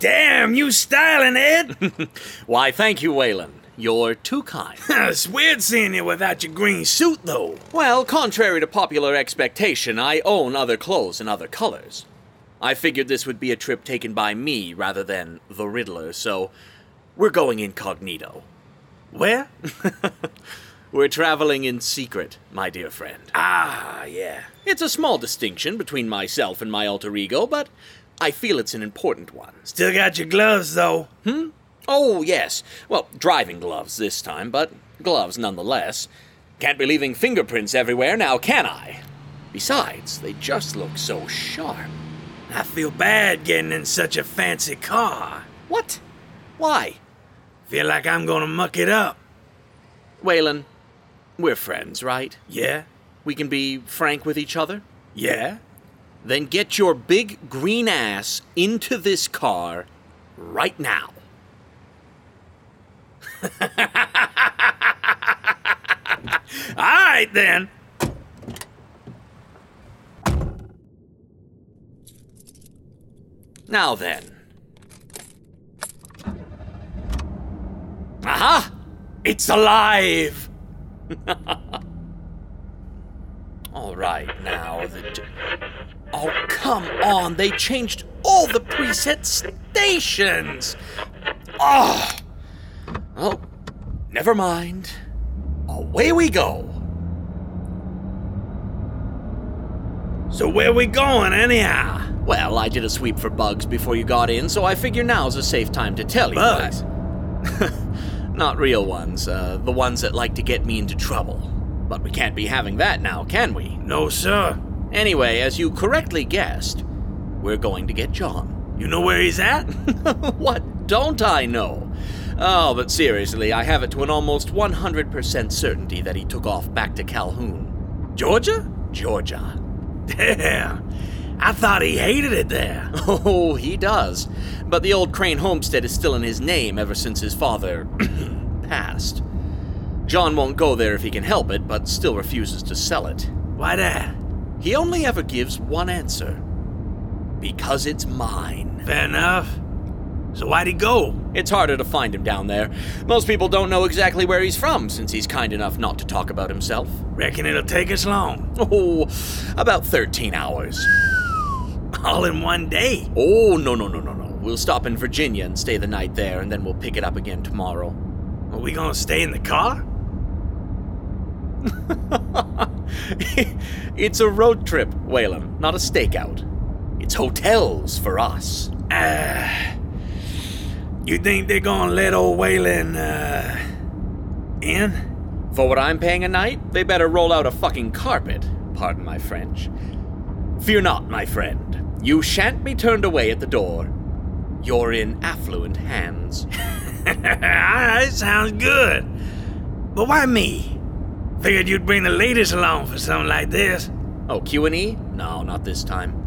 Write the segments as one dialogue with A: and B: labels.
A: Damn, you styling, Ed?
B: Why, thank you, Whalen. You're too kind.
A: it's weird seeing you without your green suit, though.
B: Well, contrary to popular expectation, I own other clothes and other colors. I figured this would be a trip taken by me rather than the Riddler, so we're going incognito.
A: Where?
B: We're traveling in secret, my dear friend.
A: Ah, yeah.
B: It's a small distinction between myself and my alter ego, but I feel it's an important one.
A: Still got your gloves, though.
B: Oh, yes. Well, driving gloves this time, but gloves nonetheless. Can't be leaving fingerprints everywhere now, can I? Besides, they just look so sharp.
A: I feel bad getting in such a fancy car.
B: What? Why?
A: Feel like I'm gonna muck it up.
B: Waylon, we're friends, right?
A: Yeah?
B: We can be frank with each other?
A: Yeah?
B: Then get your big green ass into this car right now.
A: Alright then.
B: Now then. Aha!
A: It's alive!
B: All right, now the. J- oh, come on! They changed all the preset stations! Oh! Oh, never mind. Away we go!
A: So where we going anyhow?
B: Well, I did a sweep for bugs before you got in, so I figure now's a safe time to tell you.
A: Bugs?
B: but- Not real ones, uh, the ones that like to get me into trouble. But we can't be having that now, can we?
A: No, sir.
B: Anyway, as you correctly guessed, we're going to get John.
A: You know where he's at?
B: what don't I know? Oh, but seriously, I have it to an almost 100% certainty that he took off back to Calhoun.
A: Georgia?
B: Georgia.
A: Damn. I thought he hated it there.
B: Oh, he does. But the old Crane homestead is still in his name ever since his father passed. John won't go there if he can help it, but still refuses to sell it.
A: Why that?
B: He only ever gives one answer because it's mine.
A: Fair enough. So why'd he go?
B: It's harder to find him down there. Most people don't know exactly where he's from, since he's kind enough not to talk about himself.
A: Reckon it'll take us long.
B: Oh, about 13 hours.
A: All in one day.
B: Oh, no, no, no, no, no. We'll stop in Virginia and stay the night there, and then we'll pick it up again tomorrow.
A: Are we gonna stay in the car?
B: it's a road trip, Whalen, not a stakeout. It's hotels for us.
A: Uh, You think they're gonna let old Waylon, uh, in?
B: For what I'm paying a night, they better roll out a fucking carpet. Pardon my French. Fear not, my friend. You shan't be turned away at the door. You're in affluent hands.
A: Alright, sounds good. But why me? Figured you'd bring the ladies along for something like this.
B: Oh, Q&E? No, not this time.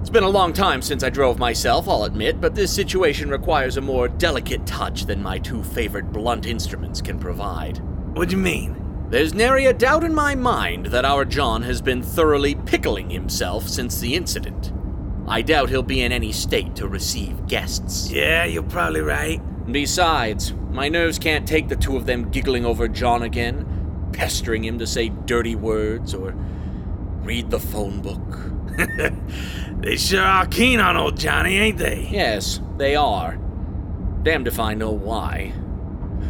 B: It's been a long time since I drove myself, I'll admit, but this situation requires a more delicate touch than my two favorite blunt instruments can provide.
A: What do you mean?
B: There's nary a doubt in my mind that our John has been thoroughly pickling himself since the incident. I doubt he'll be in any state to receive guests.
A: Yeah, you're probably right.
B: Besides, my nerves can't take the two of them giggling over John again, pestering him to say dirty words or read the phone book.
A: They sure are keen on old Johnny, ain't they?
B: Yes, they are. Damned if I know why.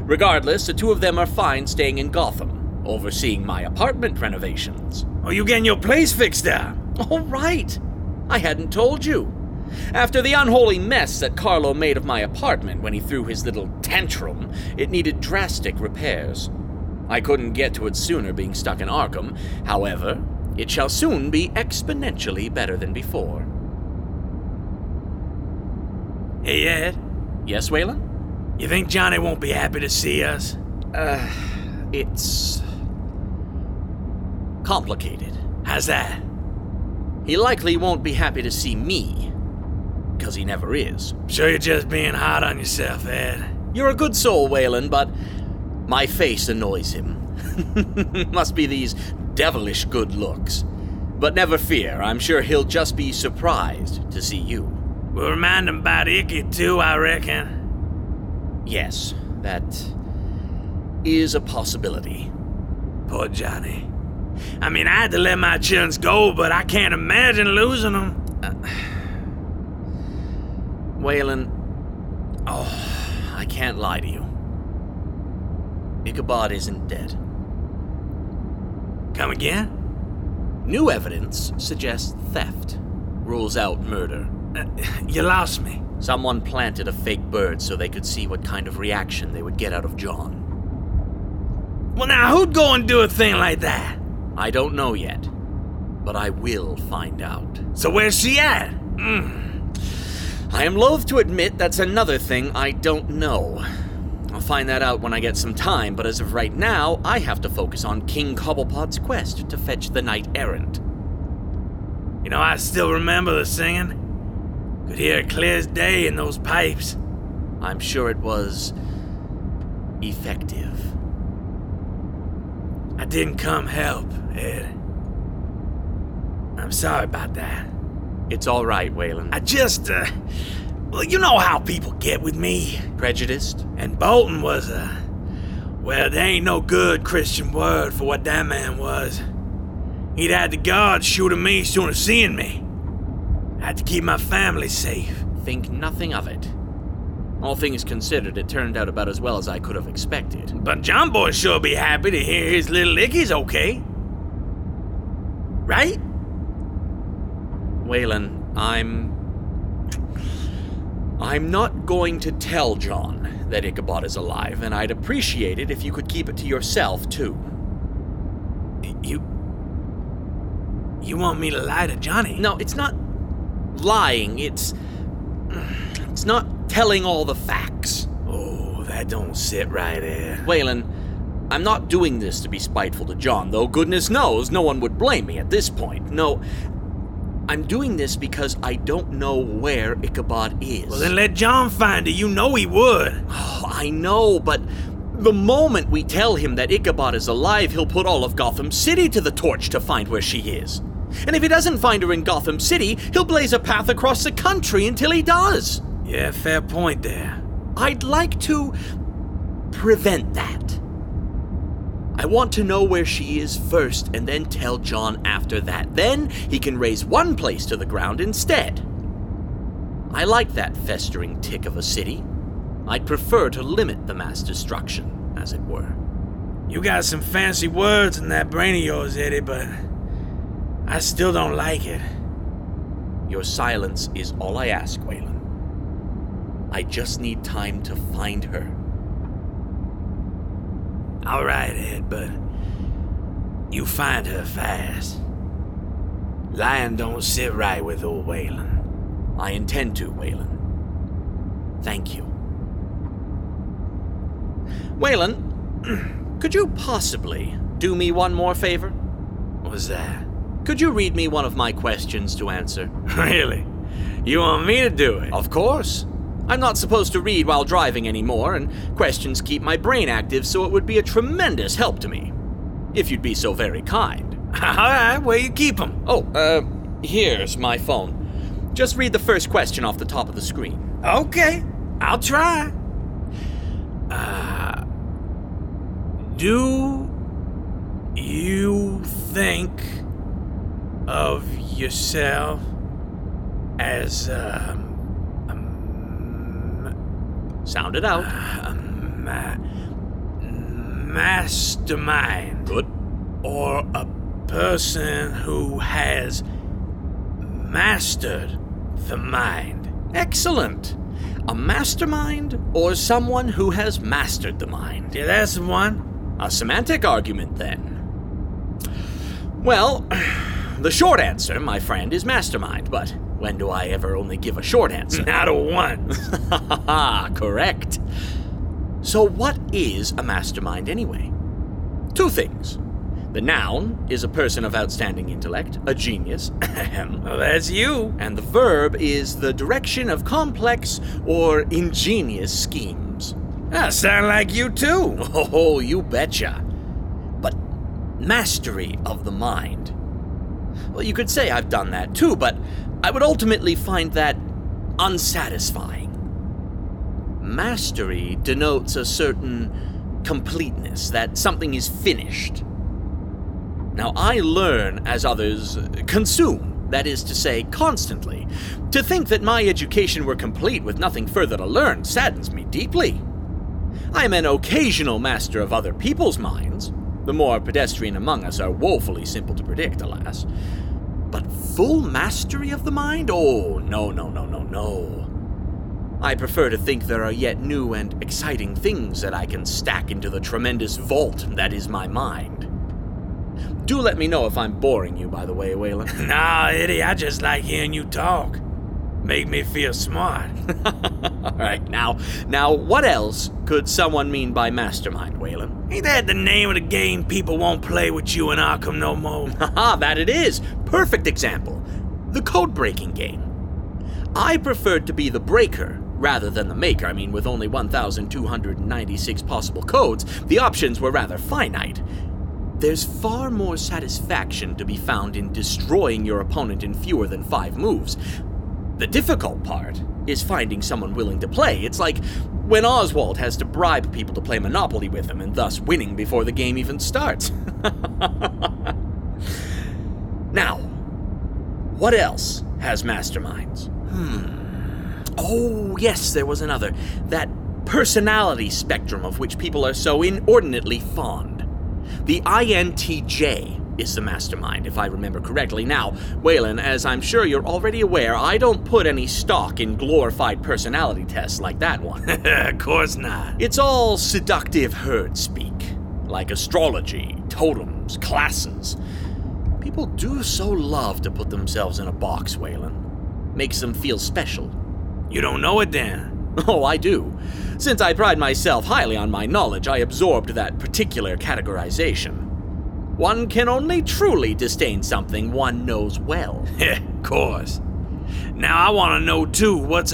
B: Regardless, the two of them are fine staying in Gotham, overseeing my apartment renovations.
A: Are you getting your place fixed up?
B: All right. I hadn't told you. After the unholy mess that Carlo made of my apartment when he threw his little tantrum, it needed drastic repairs. I couldn't get to it sooner being stuck in Arkham. However, it shall soon be exponentially better than before.
A: Hey, Ed,
B: Yes, Waylon?
A: you think Johnny won't be happy to see us?
B: Uh, It's. complicated.
A: How's that?
B: He likely won't be happy to see me. Because he never is.
A: Sure, you're just being hard on yourself, Ed.
B: You're a good soul, Waylon, but my face annoys him. Must be these devilish good looks. But never fear, I'm sure he'll just be surprised to see you.
A: We'll remind him about Icky, too, I reckon.
B: Yes, that is a possibility.
A: Poor Johnny. I mean, I had to let my chins go, but I can't imagine losing them.
B: Waylon, oh, I can't lie to you. Ichabod isn't dead.
A: Come again?
B: New evidence suggests theft, rules out murder.
A: Uh, you lost me.
B: Someone planted a fake bird so they could see what kind of reaction they would get out of John.
A: Well, now, who'd go and do a thing like that?
B: I don't know yet, but I will find out.
A: So where's she at?
B: I am loath to admit that's another thing I don't know. I'll find that out when I get some time, but as of right now, I have to focus on King Cobblepot's quest to fetch the knight errant.
A: You know, I still remember the singing. Could hear it clear as day in those pipes.
B: I'm sure it was effective.
A: I didn't come help, Ed. I'm sorry about that.
B: It's all right, Waylon.
A: I just, uh, well, you know how people get with me.
B: prejudiced?
A: And Bolton was a. Well, there ain't no good Christian word for what that man was. He'd had the guards shooting me soon as seeing me. I had to keep my family safe.
B: Think nothing of it. All things considered, it turned out about as well as I could have expected.
A: But John Boy sure be happy to hear his little Icky's okay. Right?
B: Waylon, I'm. I'm not going to tell John that Ichabod is alive, and I'd appreciate it if you could keep it to yourself, too.
A: You. You want me to lie to Johnny?
B: No, it's not lying, it's. It's not telling all the facts.
A: Oh, that don't sit right there.
B: Waylon, I'm not doing this to be spiteful to John, though goodness knows no one would blame me at this point. No, I'm doing this because I don't know where Ichabod is.
A: Well, then let John find it. You know he would.
B: Oh, I know, but the moment we tell him that Ichabod is alive, he'll put all of Gotham City to the torch to find where she is. And if he doesn't find her in Gotham City, he'll blaze a path across the country until he does.
A: Yeah, fair point there.
B: I'd like to prevent that. I want to know where she is first and then tell John after that. Then he can raise one place to the ground instead. I like that festering tick of a city. I'd prefer to limit the mass destruction, as it were.
A: You got some fancy words in that brain of yours, Eddie, but I still don't like it.
B: Your silence is all I ask, Waylon. I just need time to find her.
A: All right, Ed, but you find her fast. Lion don't sit right with old Waylon.
B: I intend to, Waylon. Thank you. Waylon, could you possibly do me one more favor?
A: What's that?
B: Could you read me one of my questions to answer?
A: Really? You want me to do it?
B: Of course. I'm not supposed to read while driving anymore, and questions keep my brain active, so it would be a tremendous help to me. If you'd be so very kind.
A: All right, where you keep 'em?
B: Oh, uh, here's my phone. Just read the first question off the top of the screen.
A: Okay, I'll try. Uh, do you think of yourself as um,
B: Sound it out.
A: ma- mastermind?
B: Good.
A: Or a person who has mastered the mind?
B: Excellent. A mastermind or someone who has mastered the mind?
A: Yeah, that's the one.
B: A semantic argument, then. Well, the short answer, my friend, is mastermind, but when do I ever only give a short answer?
A: Not a one.
B: Correct. So, what is a mastermind anyway? Two things. The noun is a person of outstanding intellect, a genius, ahem,
A: well, that's you.
B: and the verb is the direction of complex or ingenious schemes.
A: That sound like you too.
B: Oh, you betcha. But mastery of the mind. Well, you could say I've done that too, but I would ultimately find that unsatisfying. Mastery denotes a certain completeness, that something is finished. Now, I learn as others consume, that is to say, constantly. To think that my education were complete with nothing further to learn saddens me deeply. I am an occasional master of other people's minds. The more pedestrian among us are woefully simple to predict, alas. But full mastery of the mind? Oh, no, no, no, no, no. I prefer to think there are yet new and exciting things that I can stack into the tremendous vault that is my mind. Do let me know if I'm boring you, by the way, Waylon.
A: Nah, Eddie, I just like hearing you talk. Make me feel smart.
B: All right, now, now, what else could someone mean by mastermind, Waylon?
A: Ain't that the name of the game people won't play with you in Arkham no more?
B: Haha, that it is. Perfect example. The code breaking game. I preferred to be the breaker rather than the maker. I mean, with only 1,296 possible codes, the options were rather finite. There's far more satisfaction to be found in destroying your opponent in fewer than five moves. The difficult part is finding someone willing to play. It's like when Oswald has to bribe people to play Monopoly with him and thus winning before the game even starts. now, what else has masterminds? Hmm. Oh, yes, there was another. That personality spectrum of which people are so inordinately fond. The INTJ is the mastermind, if I remember correctly. Now, Waylon, as I'm sure you're already aware, I don't put any stock in glorified personality tests like that one.
A: of course not.
B: it's all seductive herd speak, like astrology, totems, classes. People do so love to put themselves in a box, Waylon. Makes them feel special.
A: You don't know it then.
B: Oh, I do. Since I pride myself highly on my knowledge, I absorbed that particular categorization. One can only truly disdain something one knows well.
A: Heh, of course. Now I want to know too what's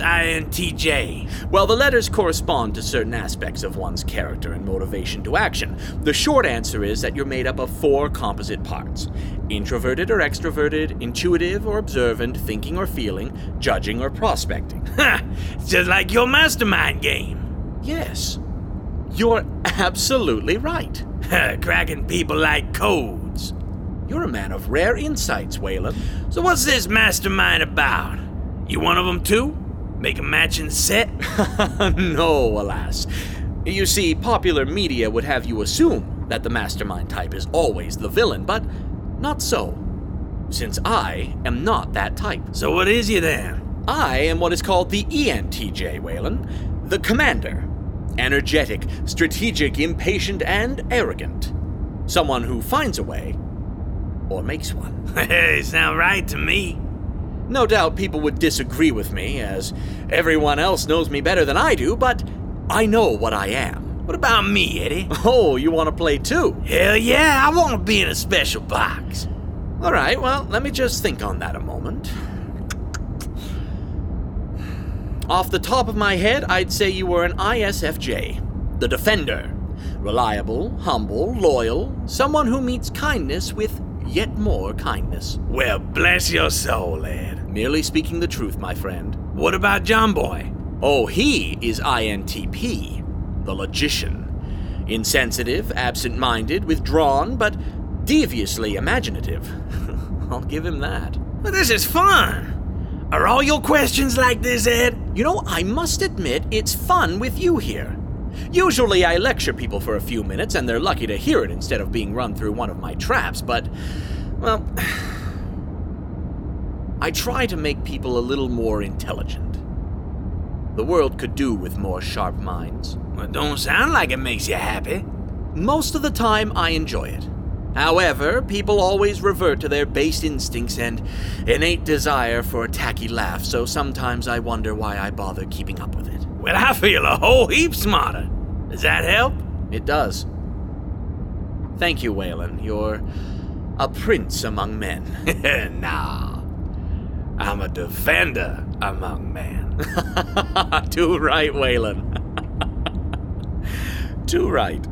A: INTJ?
B: Well, the letters correspond to certain aspects of one's character and motivation to action. The short answer is that you're made up of four composite parts introverted or extroverted, intuitive or observant, thinking or feeling, judging or prospecting.
A: Ha! It's just like your mastermind game.
B: Yes, you're absolutely right.
A: Heh, Cracking people like codes.
B: You're a man of rare insights, Waylon.
A: So what's this mastermind about? You one of them too? Make a matching set?
B: no, alas. You see, popular media would have you assume that the mastermind type is always the villain, but not so. Since I am not that type.
A: So what is you then?
B: I am what is called the E ENTJ, Waylon. The commander. Energetic, strategic, impatient, and arrogant. Someone who finds a way, or makes one.
A: Hey, sound right to me.
B: No doubt people would disagree with me, as everyone else knows me better than I do, but I know what I am.
A: What about me, Eddie?
B: Oh, you want to play too?
A: Hell yeah, I want to be in a special box.
B: All right, well, let me just think on that a moment. Off the top of my head, I'd say you were an ISFJ, the defender. Reliable, humble, loyal, someone who meets kindness with yet more kindness.
A: Well, bless your soul, lad.
B: Merely speaking the truth, my friend.
A: What about John Boy?
B: Oh, he is INTP, the logician. Insensitive, absent minded, withdrawn, but deviously imaginative. I'll give him that.
A: Well, this is fun. Are all your questions like this, Ed?
B: You know, I must admit, it's fun with you here. Usually I lecture people for a few minutes and they're lucky to hear it instead of being run through one of my traps, but, well, I try to make people a little more intelligent. The world could do with more sharp minds.
A: Well, don't sound like it makes you happy.
B: Most of the time, I enjoy it. However, people always revert to their base instincts and innate desire for a tacky laugh, so sometimes I wonder why I bother keeping up with it.
A: Well, I feel a whole heap smarter. Does that help?
B: It does. Thank you, Waylon. You're a prince among men.
A: nah. I'm a defender among men.
B: Too right, Waylon. Too right.